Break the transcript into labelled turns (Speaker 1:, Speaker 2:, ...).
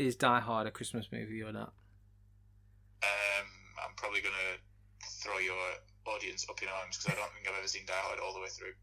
Speaker 1: is Die Hard a Christmas movie or not?
Speaker 2: Um, I'm probably going to throw your audience up in arms because I don't think I've ever seen Die Hard all the way through.